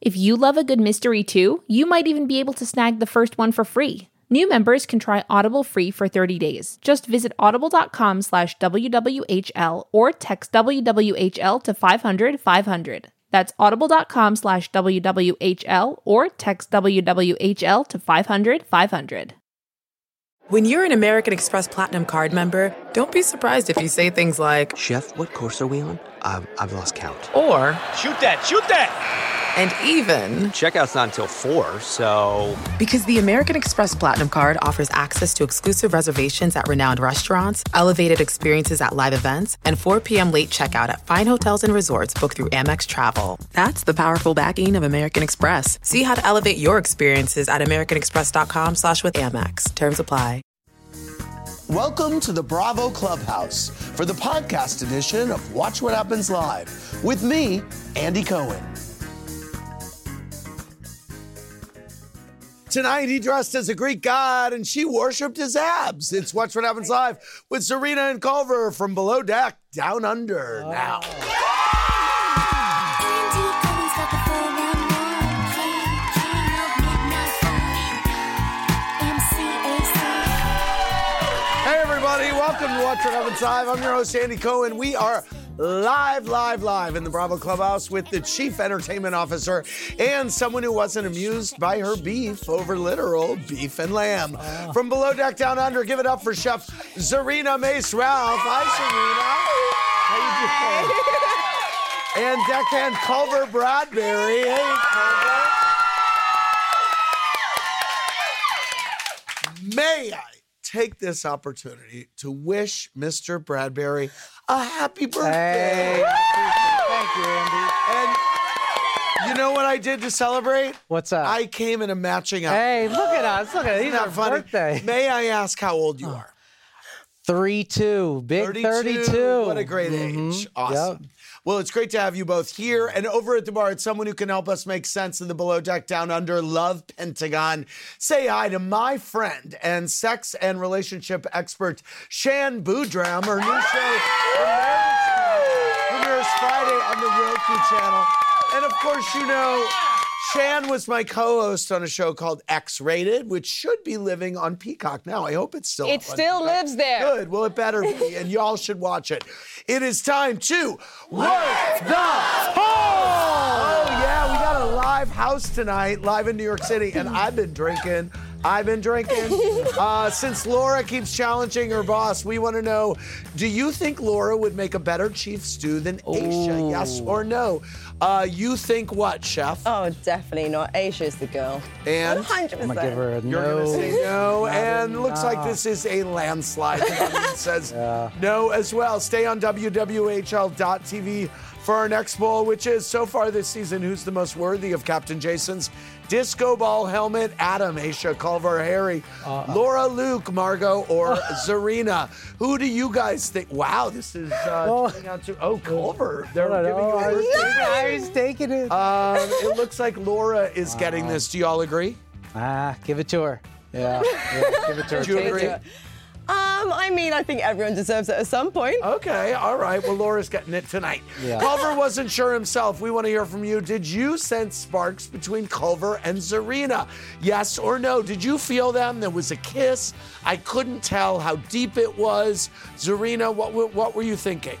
If you love a good mystery too, you might even be able to snag the first one for free. New members can try Audible free for 30 days. Just visit audible.com slash WWHL or text WWHL to 500 500. That's audible.com slash WWHL or text WWHL to 500 500. When you're an American Express Platinum Card member, don't be surprised if you say things like, Chef, what course are we on? Um, I've lost count. or, Shoot that, shoot that! and even, Checkout's not until four, so because the American Express Platinum Card offers access to exclusive reservations at renowned restaurants, elevated experiences at live events, and 4 p.m. late checkout at fine hotels and resorts booked through Amex Travel. That's the powerful backing of American Express. See how to elevate your experiences at americanexpress.com slash with Amex. Terms apply. Welcome to the Bravo Clubhouse for the podcast edition of Watch What Happens Live with me, Andy Cohen. Tonight, he dressed as a Greek god and she worshiped his abs. It's Watch What Happens Live with Serena and Culver from Below Deck Down Under Oh. now. Hey, everybody, welcome to Watch What Happens Live. I'm your host, Andy Cohen. We are live, live, live in the Bravo Clubhouse with the chief entertainment officer and someone who wasn't amused by her beef over literal beef and lamb. From Below Deck Down Under, give it up for Chef Zarina Mace Ralph. Hi, Zarina. How you doing? and deckhand Culver Bradbury. Hey, Culver. May I take this opportunity to wish Mr. Bradbury a happy birthday? Thank you, Andy. And you know what I did to celebrate? What's up? I came in a matching outfit. hey, look at us. Look at it. Isn't He's that our funny? birthday. Oh. May I ask how old you are? 3 2. Big 32. What a great age. Mhm. Awesome. Yep. Well, it's great to have you both here and over at the bar. It's someone who can help us make sense of the below deck down under love pentagon. Say hi to my friend and sex and relationship expert Shan Boudram. Her new show Marriage Story, premieres Friday on the Roku channel. And of course, you know. Shan was my co-host on a show called X Rated, which should be living on Peacock now. I hope it's still. It up on still Peacock. lives there. Good. Well, it better be, and y'all should watch it. It is time to work the hall. Oh yeah, we got a live house tonight, live in New York City, and I've been drinking. I've been drinking. Uh, since Laura keeps challenging her boss, we want to know: Do you think Laura would make a better chief stew than Aisha? Yes or no? Uh, you think what, chef? Oh, definitely not. Asia's the girl. and 100%. I'm going to give her a you're no. gonna say no, and looks like this is a landslide. The audience says no as well. Stay on WWHL.tv for our next poll, which is so far this season, who's the most worthy of Captain Jason's disco ball helmet? Adam, Aisha, Culver, Harry, Laura, Luke, Margot, or Zarina. Who do you guys think? Wow, this is uh, Oh. turning out to oh Culver. They're I giving you know, I a was taking- Oh, I was taking it. um, it looks like Laura is getting this. Do y'all agree? ah, give it to her. Yeah, yeah, give it to her. Do you agree? Um, I mean, I think everyone deserves it at some point. Okay, all right. Well, Laura's getting it tonight. Yeah. Culver wasn't sure himself. We want to hear from you. Did you sense sparks between Culver and Zarina? Yes or no? Did you feel them? There was a kiss. I couldn't tell how deep it was. Zarina, what were- what were you thinking?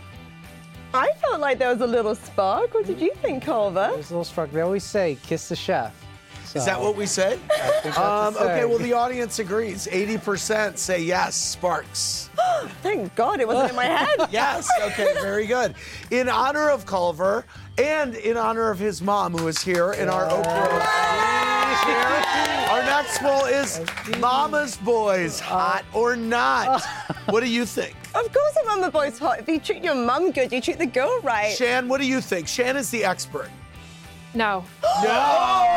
I felt like there was a little spark. What did you think, Culver? There's a little struck. They always say, kiss the chef. Is that what we said? Um, okay, well, the audience agrees. 80% say yes, sparks. Thank God it wasn't in my head. Yes. Okay. Very good. In honor of Culver and in honor of his mom, who is here in our Oprah. chair, Our next poll is Mama's Boys, hot or not? What do you think? Of course, a mama boy's hot. If you treat your mum good, you treat the girl right. Shan, what do you think? Shan is the expert. No. No!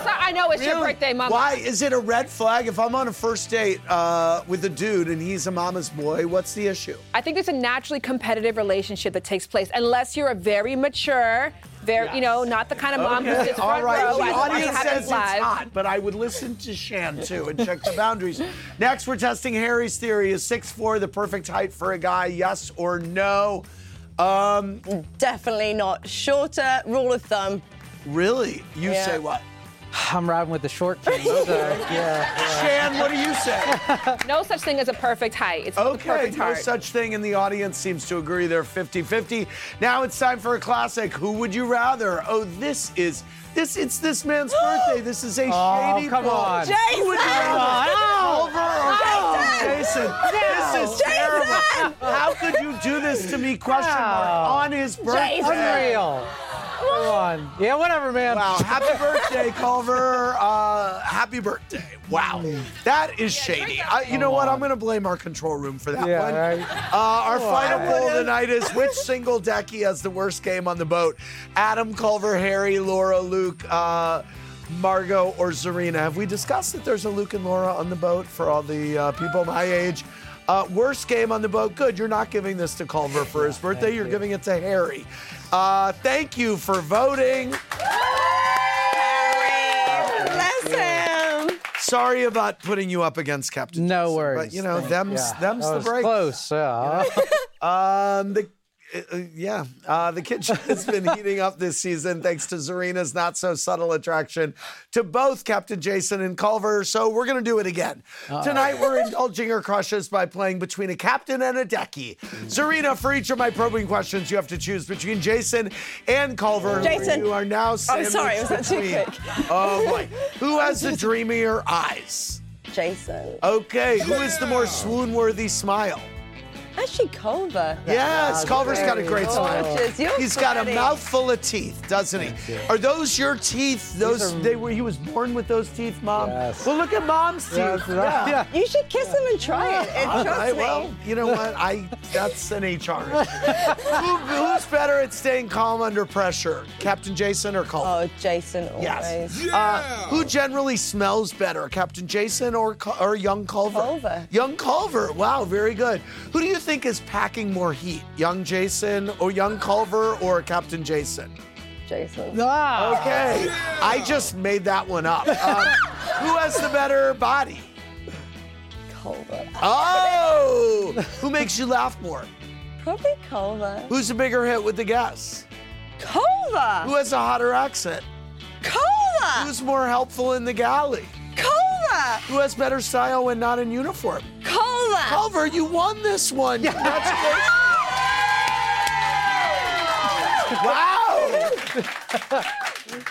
So I know it's your Really? birthday, Mama. Why is it a red flag if I'm on a first date uh, with a dude and he's a mama's boy? What's the issue? I think there's a naturally competitive relationship that takes place unless you're a very mature, very you know, not the kind of mom who sits All front right, row. the as the party audience happens says it's live. hot, but I would listen to Shan too and check the boundaries. Next, we're testing Harry's theory: is 6'4 the perfect height for a guy? Yes or no? Um, Definitely not. Shorter rule of thumb. really? You Yeah. say what? I'm riding with the short king. So, yeah. Shan, what do you say? No such thing as a perfect height. It's the Okay, perfect no heart. such thing, and the audience seems to agree they're 50 50. Now it's time for a classic. Who would you rather? Oh, this is. This it's this man's birthday. This is a Oh, shady come poll. on. Who would you rather? Culver or Jason? This is terrible. How could you do this to me? Question mark on his birthday. Unreal. Come on. Yeah, whatever, man. Wow, happy birthday, Culver. Uh, happy birthday. Wow. That is shady. I, you know what? I'm going to blame our control room for that Yeah, one. right. Uh, our Oh, final poll tonight is which single decky has the worst game on the boat? Adam, Culver, Harry, Laura, Luke, uh, Margot, or Serena? Have we discussed that there's a Luke and Laura on the boat for all the uh, people my age? Uh, worst game on the boat. Good. You're not giving this to Culver for his birthday. You're giving it to Harry. Uh, thank you for voting. Bless him. Sorry about putting you up against Captain. No Jason, worries. But you know, Thank- them's yeah. them's That the was break. Close. Yeah. Um, the uh, uh, yeah, uh, the kitchen has been heating up this season thanks to Zarina's not so subtle attraction to both Captain Jason and Culver. So we're gonna do it again tonight. We're indulging her crushes by playing between a captain and a decky. Zarina, for each of my probing questions, you have to choose between Jason and Culver. who Jason. you are now. sorry, sandwiched was that too between. quick? Oh boy, who has the dreamier eyes? Jason. Uh, Okay, who is the more swoon-worthy smile? Actually, Culver. Yes, Culver's got a great smile. Gorgeous. You're He's got a funny. mouth full of teeth, doesn't he? Are those your teeth? Those are- they were. He was born with those teeth, mom. Yes. Well, look at mom's teeth. That's right. Yeah. You should kiss him and try it. And All trust right, me. well, you know what? I that's an HR. Who, who's better at staying calm under pressure, Captain Jason or Culver? Oh, Jason always. Yes. Uh, who generally smells better, Captain Jason or Cul- or young Culver? Culver. Young Culver. Wow, very good. Who do you think is packing more heat, young Jason or young Culver or Captain Jason? Jason. Ah. Okay, I just made that one up. Um, who has the better body? Culver. Oh, who makes you laugh more? Probably Culver. Who's a bigger hit with the guess? Who Culver. has a hotter accent? Culver. Who's more helpful in the galley? Culver. Who has better style when not in uniform? Culver. Culver, you won this one. Congratulations. wow.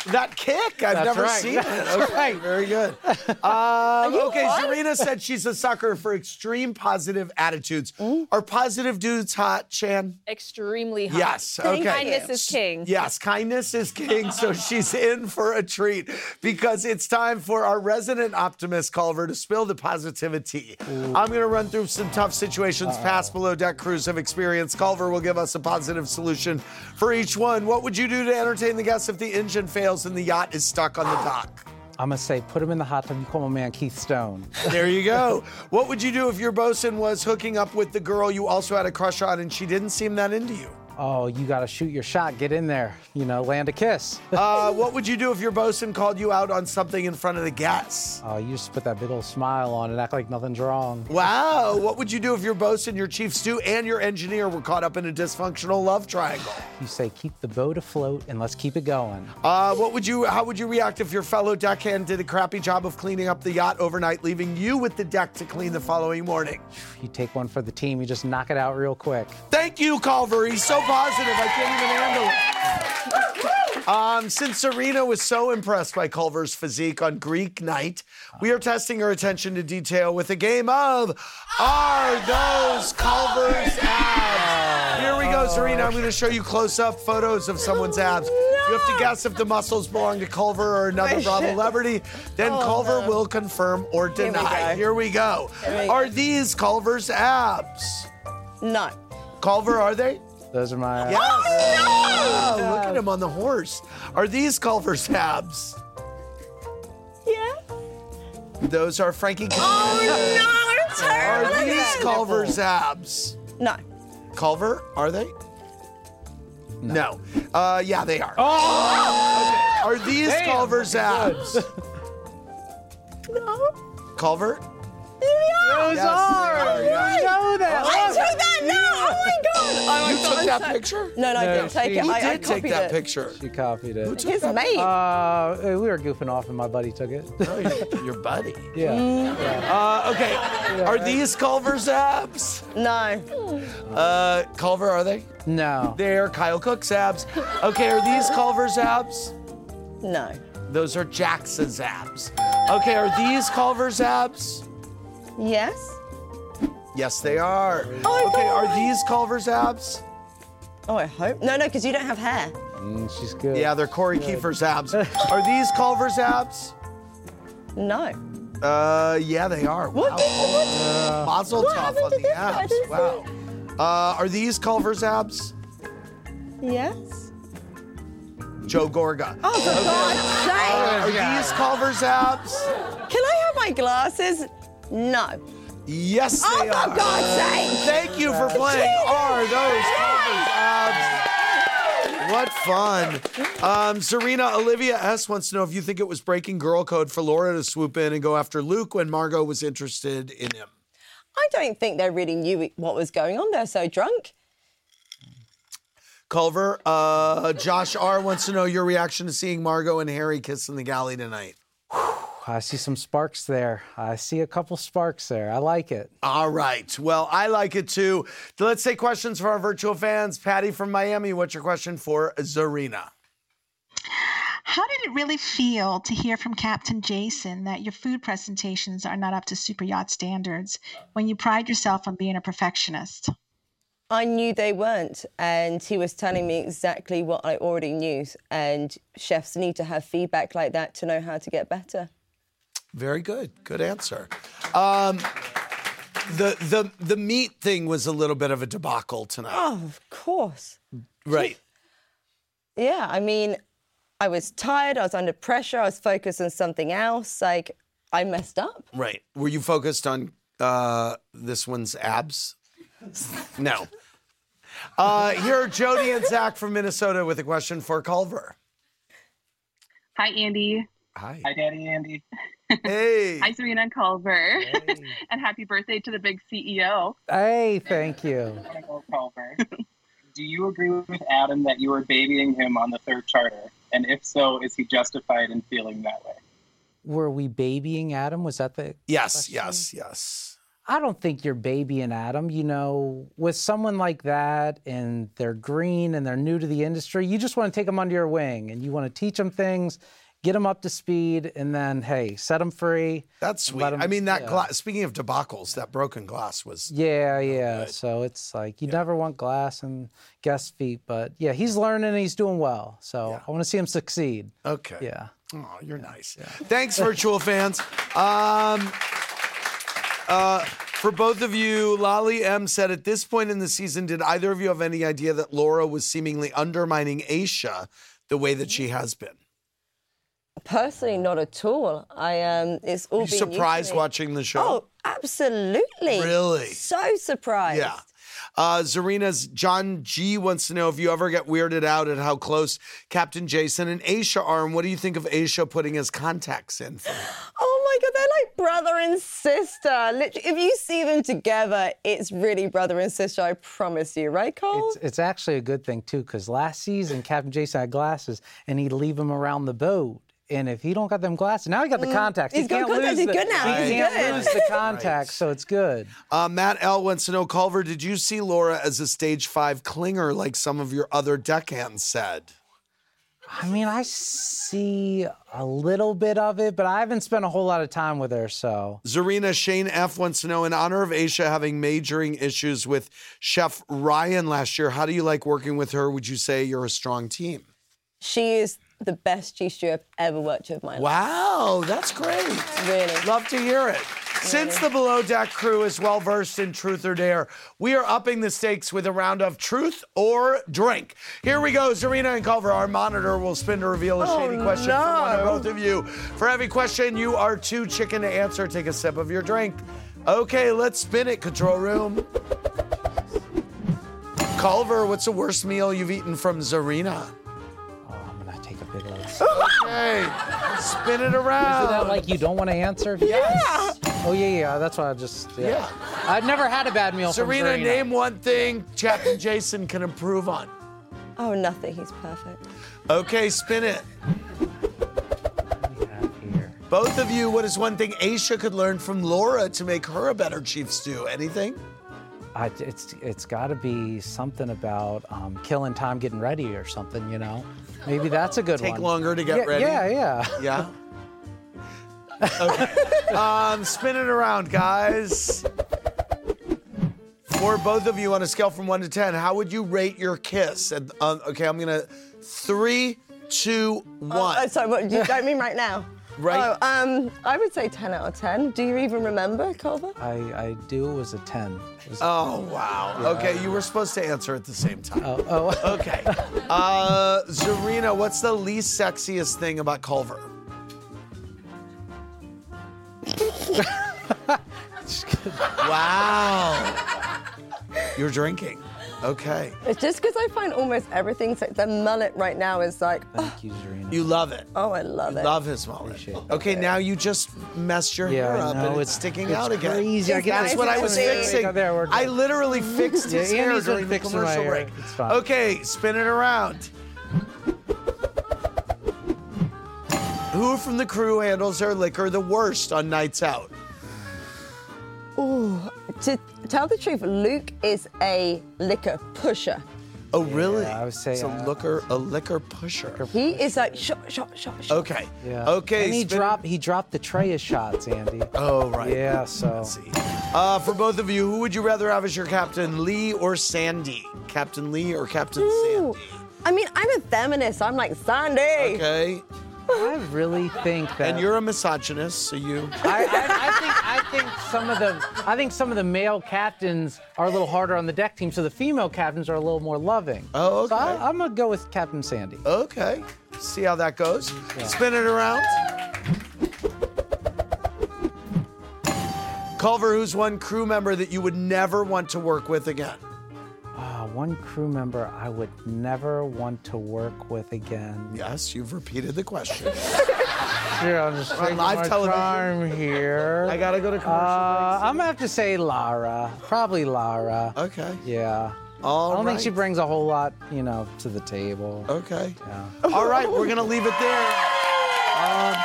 That kick, I've That's never right. seen it. That's Okay, right. very good. Um, okay, Serena said she's a sucker for extreme positive attitudes. Mm-hmm. Are positive dudes hot, Chan? Extremely hot. Yes. Okay. Kindness is king. Yes, kindness is king. So she's in for a treat because it's time for our resident optimist Culver to spill the positivity. I'm going to run through some tough situations past below deck crews have experienced. Culver will give us a positive solution for each one. What would you do to entertain the guests if the engine fails and the yacht is stuck on the dock? I'm gonna say, put him in the hot tub. You call my man Keith Stone. There you go. what would you do if your bosun was hooking up with the girl you also had a crush on and she didn't seem that into you? Oh, you gotta shoot your shot. Get in there. You know, land a kiss. Uh, what would you do if your bosun called you out on something in front of the guests? Oh, you just put that big old smile on and act like nothing's wrong. Wow. What would you do if your bosun, your chief stew, and your engineer were caught up in a dysfunctional love triangle? You say, keep the boat afloat and let's keep it going. Uh, what would you? How would you react if your fellow deckhand did a crappy job of cleaning up the yacht overnight, leaving you with the deck to clean the following morning? You take one for the team. You just knock it out real quick. Thank you, Culver. He's so positive. I can't even handle it. Um, since Serena was so impressed by Culver's physique on Greek night, we are testing her attention to detail with a game of Are Those Culver's Abs? Here we go, Serena. I'm going to show you close up photos of someone's abs. You have to guess if the muscles belong to Culver or another Bravo celebrity. Then Culver will confirm or deny. go. Oh, Here we go. we go. Are these Culver's abs? No. Culver, are they? Those are my. Yes. Oh, look at him on the horse. Are these Culver's abs? Those are Frankie. Oh no, are terrible. these Culver Zabs? No. Culver, are they? No. Uh, yeah, they Oh. are. Okay. Are these Damn. Culver Zabs? No. Culver? Those Yes, are. they are, yeah. You know that. I took that now. Oh my god. Oh, You took that picture? No, no, I No, didn't take she- it. Who I, Did I take copied that it. picture. She copied it. His mate. Uh, we were goofing off, and my buddy took it. Your buddy. Yeah. Uh, okay. Are these Culver Zabs? no. Uh, Culver, are they? No. They're Kyle Cook's abs. Okay, are these Culver's abs? No. Those are Jackson's abs. Okay, are these Culver's abs? Yes. Yes, they are. Oh, I okay, thought- are these Culver's abs? Oh, I hope. No, no, because you don't have hair. Mm, she's good. Yeah, they're Corey Kiefer's abs. Are these Culver's abs? No. Uh, yeah, they are. What? Wow. What? Mazel what tov happened on to the this one? I abs. didn't see Wow. Uh, are these Culver's abs? Yes. Joe Gorga. Oh, for God's Are these Culver's abs? sake. Can I have my glasses? No. Yes, Oh, they are. for God's sake. Thank you for playing. Are those Culver's abs? What fun. Um, Serena, Olivia S. wants to know if you think it was breaking girl code for Laura to swoop in and go after Luke when Margot was interested in him. I don't think they really knew what was going on. They're so drunk. Culver, uh, Josh R. wants to know your reaction to seeing Margot and Harry kiss in the galley tonight. I see some sparks there. I see a couple sparks there. I like it. All right. Well, I like it too. Let's take questions for our virtual fans. Patty from Miami, what's your question for Zarina? How did it really feel to hear from Captain Jason that your food presentations are not up to super yacht standards when you pride yourself on being a perfectionist? I knew they weren't, and he was telling me exactly what I already knew. And chefs need to have feedback like that to know how to get better. Very good. Good answer. Um, the the the meat thing was a little bit of a debacle tonight. Oh, of course. Right. Yeah, I mean, I was tired, I was under pressure, I was focused on something else. Like, I messed up. Right. Were you focused on uh, this one's abs? No. Uh, here are Jody and Zach from Minnesota with a question for Culver. Hi, Andy. Hi. Hi, Daddy Andy. Hey. Hi, Serena and Culver. and happy birthday to the big E CEO. Hey, thank you. Michael Culver. Do you agree with Adam that you were babying him on the third charter? And if so, is he justified in feeling that way? Were we babying Adam? Was that the Yes. Yes. Yes. I don't think you're babying Adam. You know, with someone like that and they're green and they're new to the industry, you just want to take them under your wing and you want to teach them things, get them up to speed, and then, hey, set them free. That's and sweet. let 'em- I mean, that yeah. glass. Speaking of debacles, that broken glass was. Yeah, yeah. So it's like you never want glass and guest feet, but yeah, he's learning and he's doing well. So I want to see him succeed. Okay. Yeah. Oh, you're nice. Thanks, virtual fans. Um, uh, for both of you, Lolly M said, at this point in the season, did either of you have any idea that Laura was seemingly undermining Aisha the way that she has been? Personally, not at all. I um, it's all Were you been new to surprised me. watching the Oh, show? absolutely. Really? So surprised. yeah. Uh, Zarina's John G wants to know if you ever get weirded out at how close Captain Jason and Aisha are, and what do you think of Aisha putting his contacts in for him? Oh my God, they're like brother and sister. Literally, if you see them together, it's really brother and sister, I promise you, right, Cole? It's, it's actually a good thing too, because last season Captain Jason had glasses, and he'd leave them around the boat. And if he don't got them glasses, now he got the contacts. Mm, he's he got can't contacts. lose He's the- good now. He He's can't good. lose the contacts, so it's good. Uh, Matt L wants to know, Culver, did you see Laura as a stage five clinger like some of your other deckhands said? I mean, I see a little bit of it, but I haven't spent a whole lot of time with her, so Zarina Shane F wants to know, in honor of Aisha having majoring issues with Chef Ryan last year, how do you like working with her? Would you say you're a strong team? She is the best G I've ever worked with in my life. Wow, that's great. Really. Love to hear it. Since the Below Deck crew is well versed in truth or dare, we are upping the stakes with a round of truth or drink. Here we go, Zarina and Culver. Our monitor will spin to reveal a shady question for one or both of you. For every question, you are too chicken to answer. Take a sip of your drink. Okay, let's spin it, control room. Culver, what's the worst meal you've eaten from Zarina? Take a big look. Okay, spin it around. Is that like you don't want to answer? Yes. Oh yeah, yeah. That's why I just yeah. Yeah. I've never had a bad meal Serena, from Serena. name one thing Captain Jason can improve on. Oh, nothing. He's perfect. Okay, spin it. Both of you, what is one thing Aisha could learn from Laura to make her a better chief stew? Anything? I, it's it's got to be something about um, killing time getting ready or something. You know, maybe that's a good Take one. longer to get Yeah, ready. Yeah, yeah. Yeah. Okay. um, spin it around, guys. For both of you, on a scale from one to ten, how would you rate your kiss? And, um, okay, I'm gonna three, two, one. Oh, sorry, what, you don't mean right now? Right. Oh, um, I would say 10 out of 10. Do you even remember, Culver? I I do it was a ten. It was- Oh wow. Okay, you were supposed to answer at the same time. oh, oh. Okay. Uh, Zarina, what's the least sexiest thing about Culver? wow. You're drinking. Okay. It's just because I find almost everything, se- the mullet right now is like, oh, Thank you, Serena. You love it. oh, I love it. Love his mullet. Okay, now you just messed your Yeah, hair I up know, and it's it's- sticking it's out again. crazy. I get That's it. what I was It's fixing. crazy. There, we're good. I literally fixed his Yeah, hair Andy's been during the fixing my commercial hair. break. It's fine. Okay, spin it around. Who from the crew handles their liquor the worst on nights out? Ooh, to tell the truth, Luke is a liquor pusher. Oh, really? I would say, it's a uh, liquor, a liquor pusher. He is like, shot, shot, shot, shot. Okay. Yeah. Okay. And he spin- dropped he dropped the tray of shots, Andy. Oh, right. Yeah. So Let's see. Uh, for both of you, who would you rather have as your captain, Lee or Sandy? Captain Lee or Captain Ooh. Sandy? I mean, I'm a feminist. I'm like, Sandy. Okay. I really think that. And you're a misogynist, so you. I, I, I think I think some of the I think some of the male captains are a little harder on the deck team, so the female captains are a little more loving. Oh, So okay. I, I'm gonna go with Captain Sandy. Okay. See how that goes. Spin it around. Culver, who's one crew member that you would never want to work with again? Ah, one crew member I would never want to work with again. Yes, you've repeated the question. Here, I'm just taking live my television. time here. I gotta go to commercial. Uh, I'm gonna have to say Lara. Probably Lara. break. Okay. Yeah. All I don't think she right. brings a whole lot, you know, to the table. Okay. All right, we're gonna leave it there. Um,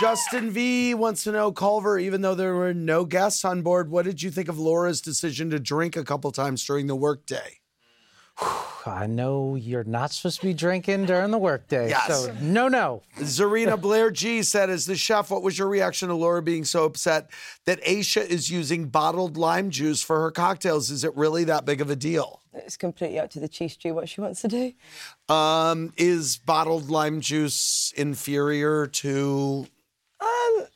Justin V wants to know, Culver, even though there were no guests on board, what did you think of Laura's decision to drink a couple times during the workday? I know you're not supposed to be drinking during the workday. Yes. So no, no. Zarina Blair G said, as the chef, what was your reaction to Laura being so upset that Aisha is using bottled lime juice for her cocktails? Is it really that big of a deal? It's completely up to the chief stew what she wants to do. Um, is bottled lime juice inferior to Um,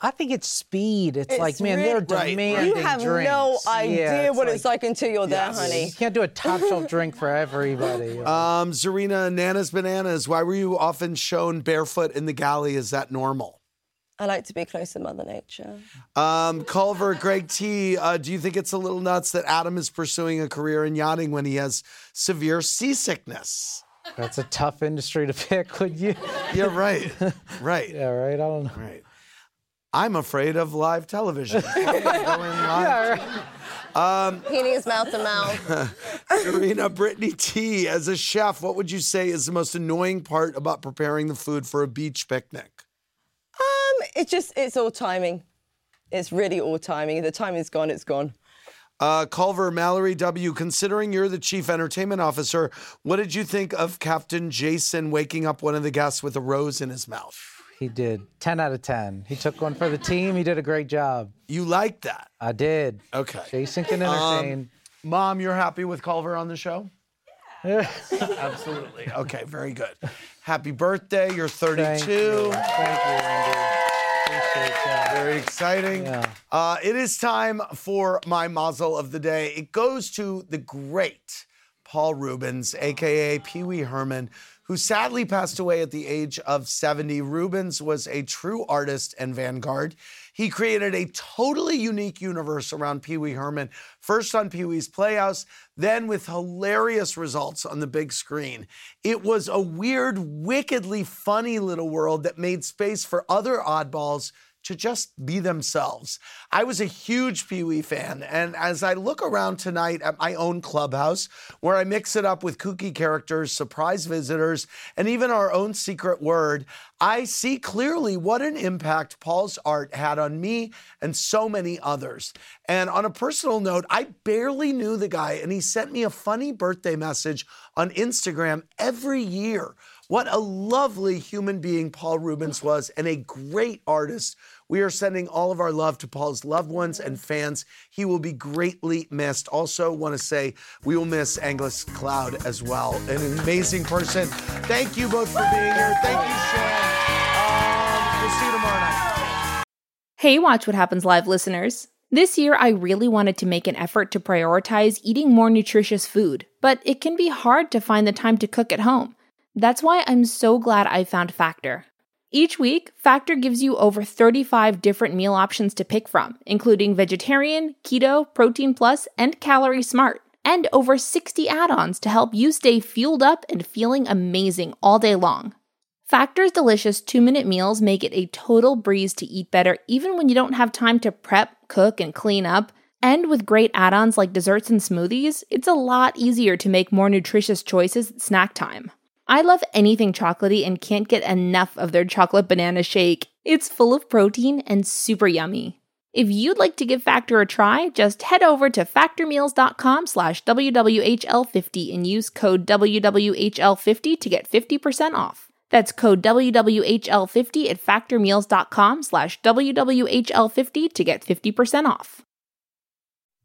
I think it's speed. It's, It's like, man, they're really- Right. demanding you have drinks. no Yeah, idea what it's like until you're there, honey. You can't do a top shelf drink for everybody. Uh, Um, Zarina, Nana's Bananas, why were you often shown barefoot in the galley? Is that normal? I like to be close to Mother Nature. Um, Culver, Greg T, uh, do you think it's a little nuts that Adam is pursuing a career in yachting when he has severe seasickness? That's a tough industry to pick, would you? Yeah, right. Right. Yeah, right. I don't know. Right. I'm afraid of live television. Going live. He needs mouth to mouth. Zarina, Brittany T, as a chef, what would you say is the most annoying part about preparing the food for a beach picnic? Um, it's just, it's all timing. It's really all timing. The time is gone, it's gone. Uh, Culver, Mallory W., considering you're the chief entertainment officer, what did you think of Captain Jason waking up one of the guests with a rose in his mouth? He did 10 out of 10. He took one for the team. He did a great job. You liked that. I did. Okay. Um, Jason can entertain. Mom, you're happy with Culver on the show? Yeah. Absolutely. Okay, very good. Happy birthday. You're 32. Thank you. Thank you, Andy. Very exciting. Uh, it is time for my muzzle of the day. It goes to the great Paul Rubens, aka Pee Wee Herman, who sadly passed away at the age of 70. Rubens was a true artist and vanguard. He created a totally unique universe around Pee Wee Herman, first on Pee Wee's Playhouse, then with hilarious results on the big screen. It was a weird, wickedly funny little world that made space for other oddballs to just be themselves. I was a huge Pee Wee fan, and as I look around tonight at my own clubhouse, where I mix it up with kooky characters, surprise visitors, and even our own secret word, I see clearly what an impact Paul's art had on me and so many others. And on a personal note, I barely knew the guy, and he sent me a funny birthday message on Instagram every year. What a lovely human being Paul Rubens was and a great artist. We are sending all of our love to Paul's loved ones and fans. He will be greatly missed. Also, want to say we will miss Angus Cloud as well. An amazing person. Thank you both for being here. Thank you, Sean. Um, we'll see you tomorrow night. Hey, Watch What Happens Live listeners. This year, I really wanted to make an effort to prioritize eating more nutritious food, but it can be hard to find the time to cook at home. That's why I'm so glad I found Factor. Each week, Factor gives you over 35 different meal options to pick from, including vegetarian, keto, protein plus, and calorie smart, and over 60 add ons to help you stay fueled up and feeling amazing all day long. Factor's delicious two minute meals make it a total breeze to eat better even when you don't have time to prep, cook, and clean up. And with great add ons like desserts and smoothies, it's a lot easier to make more nutritious choices at snack time. I love anything chocolatey and can't get enough of their chocolate banana shake. It's full of protein and super yummy. If you'd like to give Factor a try, just head over to factormeals.com slash WWHL50 and use code WWHL50 to get 50% off. That's code WWHL50 at factormeals.com slash WWHL50 to get 50% off.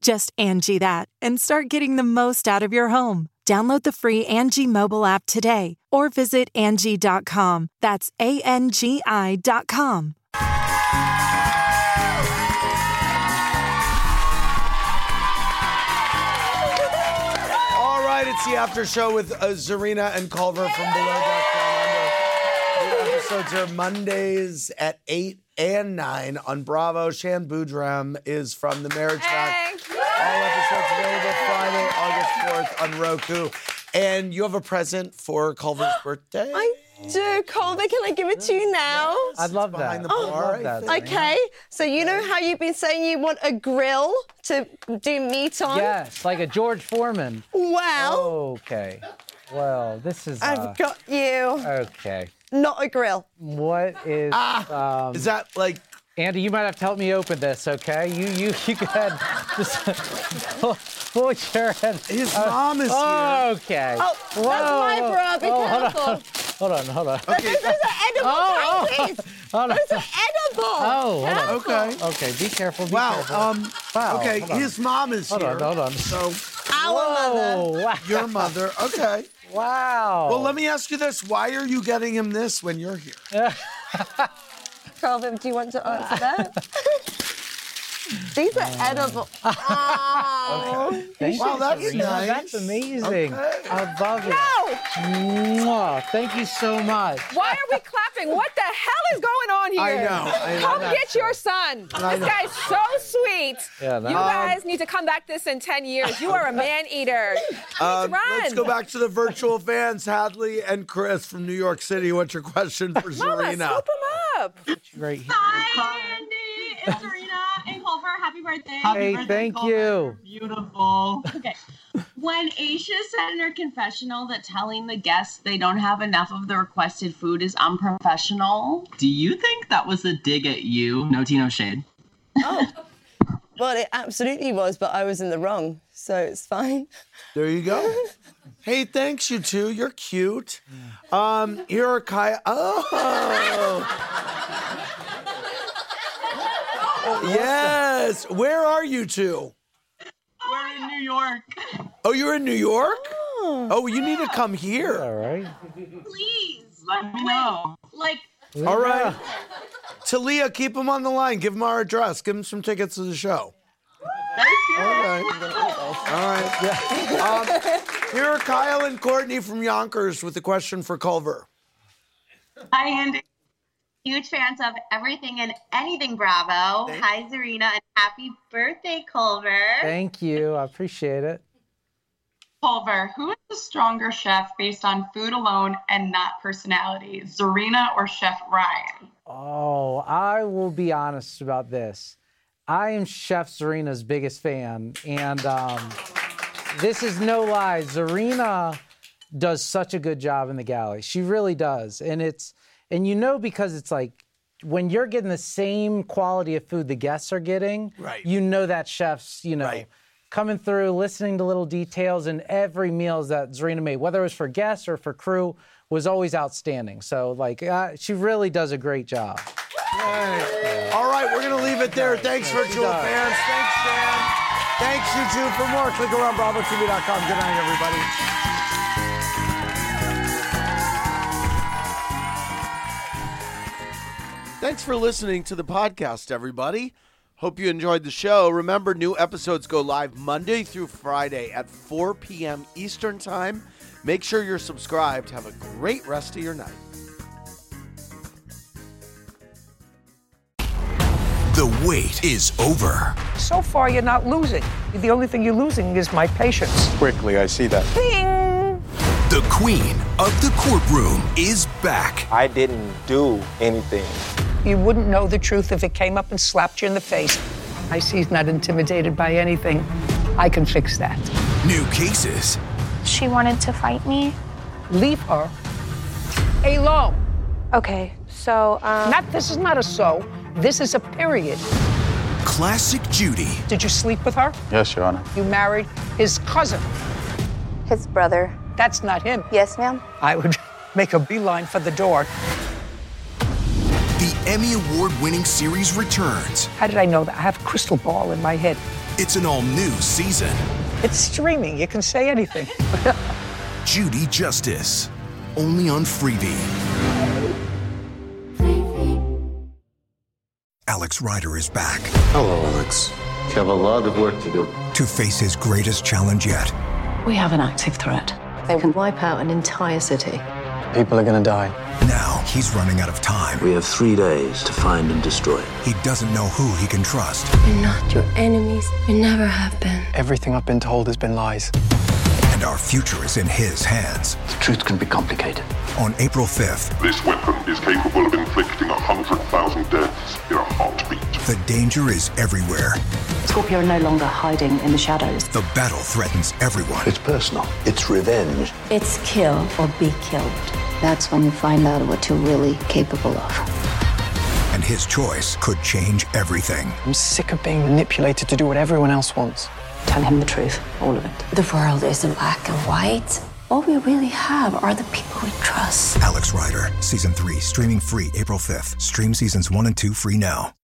just Angie that and start getting the most out of your home. Download the free Angie mobile app today or visit Angie.com. That's A N G I dot com. All right, it's the after show with uh, Zarina and Culver from Below Deck Down Under. The episodes are Mondays at 8 and 9 on Bravo. Shan Boudram is from The Marriage Pact. All episodes available Friday, August 4th on Roku. And you have a present for Culver's birthday? I Do Colby, can I give it to you now? I'd love that. the bar, I I'd love that. Okay, so you know how you've been saying you want a grill to do meat on? Yes, like a George Foreman. Well, Okay. Well, this is. Uh, I've got you okay. not a grill. What is? Ah. um, Is that like Andy, you might have to help me open this, okay? You, you, you go ahead. Just pull, pull your head. his mom is uh, here? Okay. Oh, that's my Whoa. bra. Be Oh, careful. Hold on, hold on. But Those, those are edible Oh, oh. panties. Hold on. Those are edible. Oh, hold on. Okay. Okay, be careful. Be Wow. careful. Um, Wow, okay, hold on. his mom is Hold here. on, hold on. So Our Whoa, wow. your mother. Okay. wow. Well, let me ask you this: Why are you getting him this when you're here? Calvin, do you want to answer that? These are edible. Oh. Thank Wow, you, that's Serena. nice. That's amazing. Okay. I love it. No! Mwah. Thank you so much. Why are we clapping? What the hell is going on here? I know, I know. Come get your son. This guy's so sweet. Yeah, that- you Um, guys need to come back this in 10 years. You are a man eater. Um, run. Let's go back to the virtual fans, Hadley and Chris from New York City. What's your question for Mama, Serena? scoop him up. Right here. Hi, Andy. It's Serena and Culver. Happy birthday. Hey, thank you. Beautiful. Okay. When Aisha said in her confessional that telling the guests they don't have enough of the requested food is unprofessional, do you think that was a dig at you? No Tino shade. Well, it absolutely was, but I was in the wrong, so it's fine. There you go. Hey, thanks you two. You're cute. Um, here are Kaya. Oh. yes. Where are you two? We're in New York. Oh, you're in New York? Oh, you need to come here. All right. Please let me know. Like, All right. Talia, keep him on the line. Give him our address. Give him some tickets to the show. All right. Um, here are Kyle and Courtney from Yonkers with a question for Culver. Hi, Andy. Huge fans of everything and anything Bravo. Hi, Zarina, and happy birthday, Culver. Thank you. I appreciate it. Culver, who is the stronger chef based on food alone and not personality, Zarina or Chef Ryan? Oh, I will be honest about this. I am Chef Zarina's biggest fan, and um, this is no lie. Zarina does such a good job in the galley. She really does, and it's and you know because it's like when you're getting the same quality of food the guests are getting, Right. you know that chef's you know coming through, listening to little details, and every meals that Zarina made, whether it was for guests or for crew, was always outstanding. So like uh, she really does a great job. All right, we're going to leave it there. Thanks, virtual does. fans. Thanks, Shan. Thanks, you two. For more, click around BravoTV.com. Good night, everybody. Thanks for listening to the podcast, everybody. Hope you enjoyed the show. Remember, new episodes go live Monday through Friday at 4 p.m. Eastern Time. Make sure you're subscribed. Have a great rest of your night. The wait is over. So far, you're not losing. The only thing you're losing is my patience. Quickly, I see that. The queen of the courtroom is back. I didn't do anything. You wouldn't know the truth if it came up and slapped you in the face. I see he's not intimidated by anything. I can fix that. New cases, She wanted to fight me. Leave her alone. Okay, so um, Not this is not a so. This is a period. classic Judy. Did you sleep with her? Yes, Your Honor. You married his cousin. His brother. That's not him. Yes, ma'am. I would make a beeline for the door. The Emmy Award winning series returns. How did I know that? I have a crystal ball in my head. It's an all new season. It's streaming. You can say anything. Judy Justice. Only on Freebie. Alex Ryder is back Hello, Alex. You have a lot of work to do. to face his greatest challenge yet. We have an active threat. They can wipe out an entire city. People are gonna die. Now he's running out of time. We have three days to find and destroy. He doesn't know who he can trust. We're not your enemies. We never have been. Everything I've been told has been lies. And our future is in his hands. The truth can be complicated. On April 5th, This weapon is capable of inflicting 100,000 deaths in a heartbeat. the danger is everywhere. Scorpio are no longer hiding in the shadows. The battle threatens everyone. It's personal. It's revenge. It's kill or be killed. That's when you find out what you're really capable of. And his choice could change everything. I'm sick of being manipulated to do what everyone else wants. Tell him the truth, all of it. The world isn't black and white. All we really have are the people we trust. Alex Rider, Season 3, streaming free April 5th. Stream Seasons 1 and 2 free now.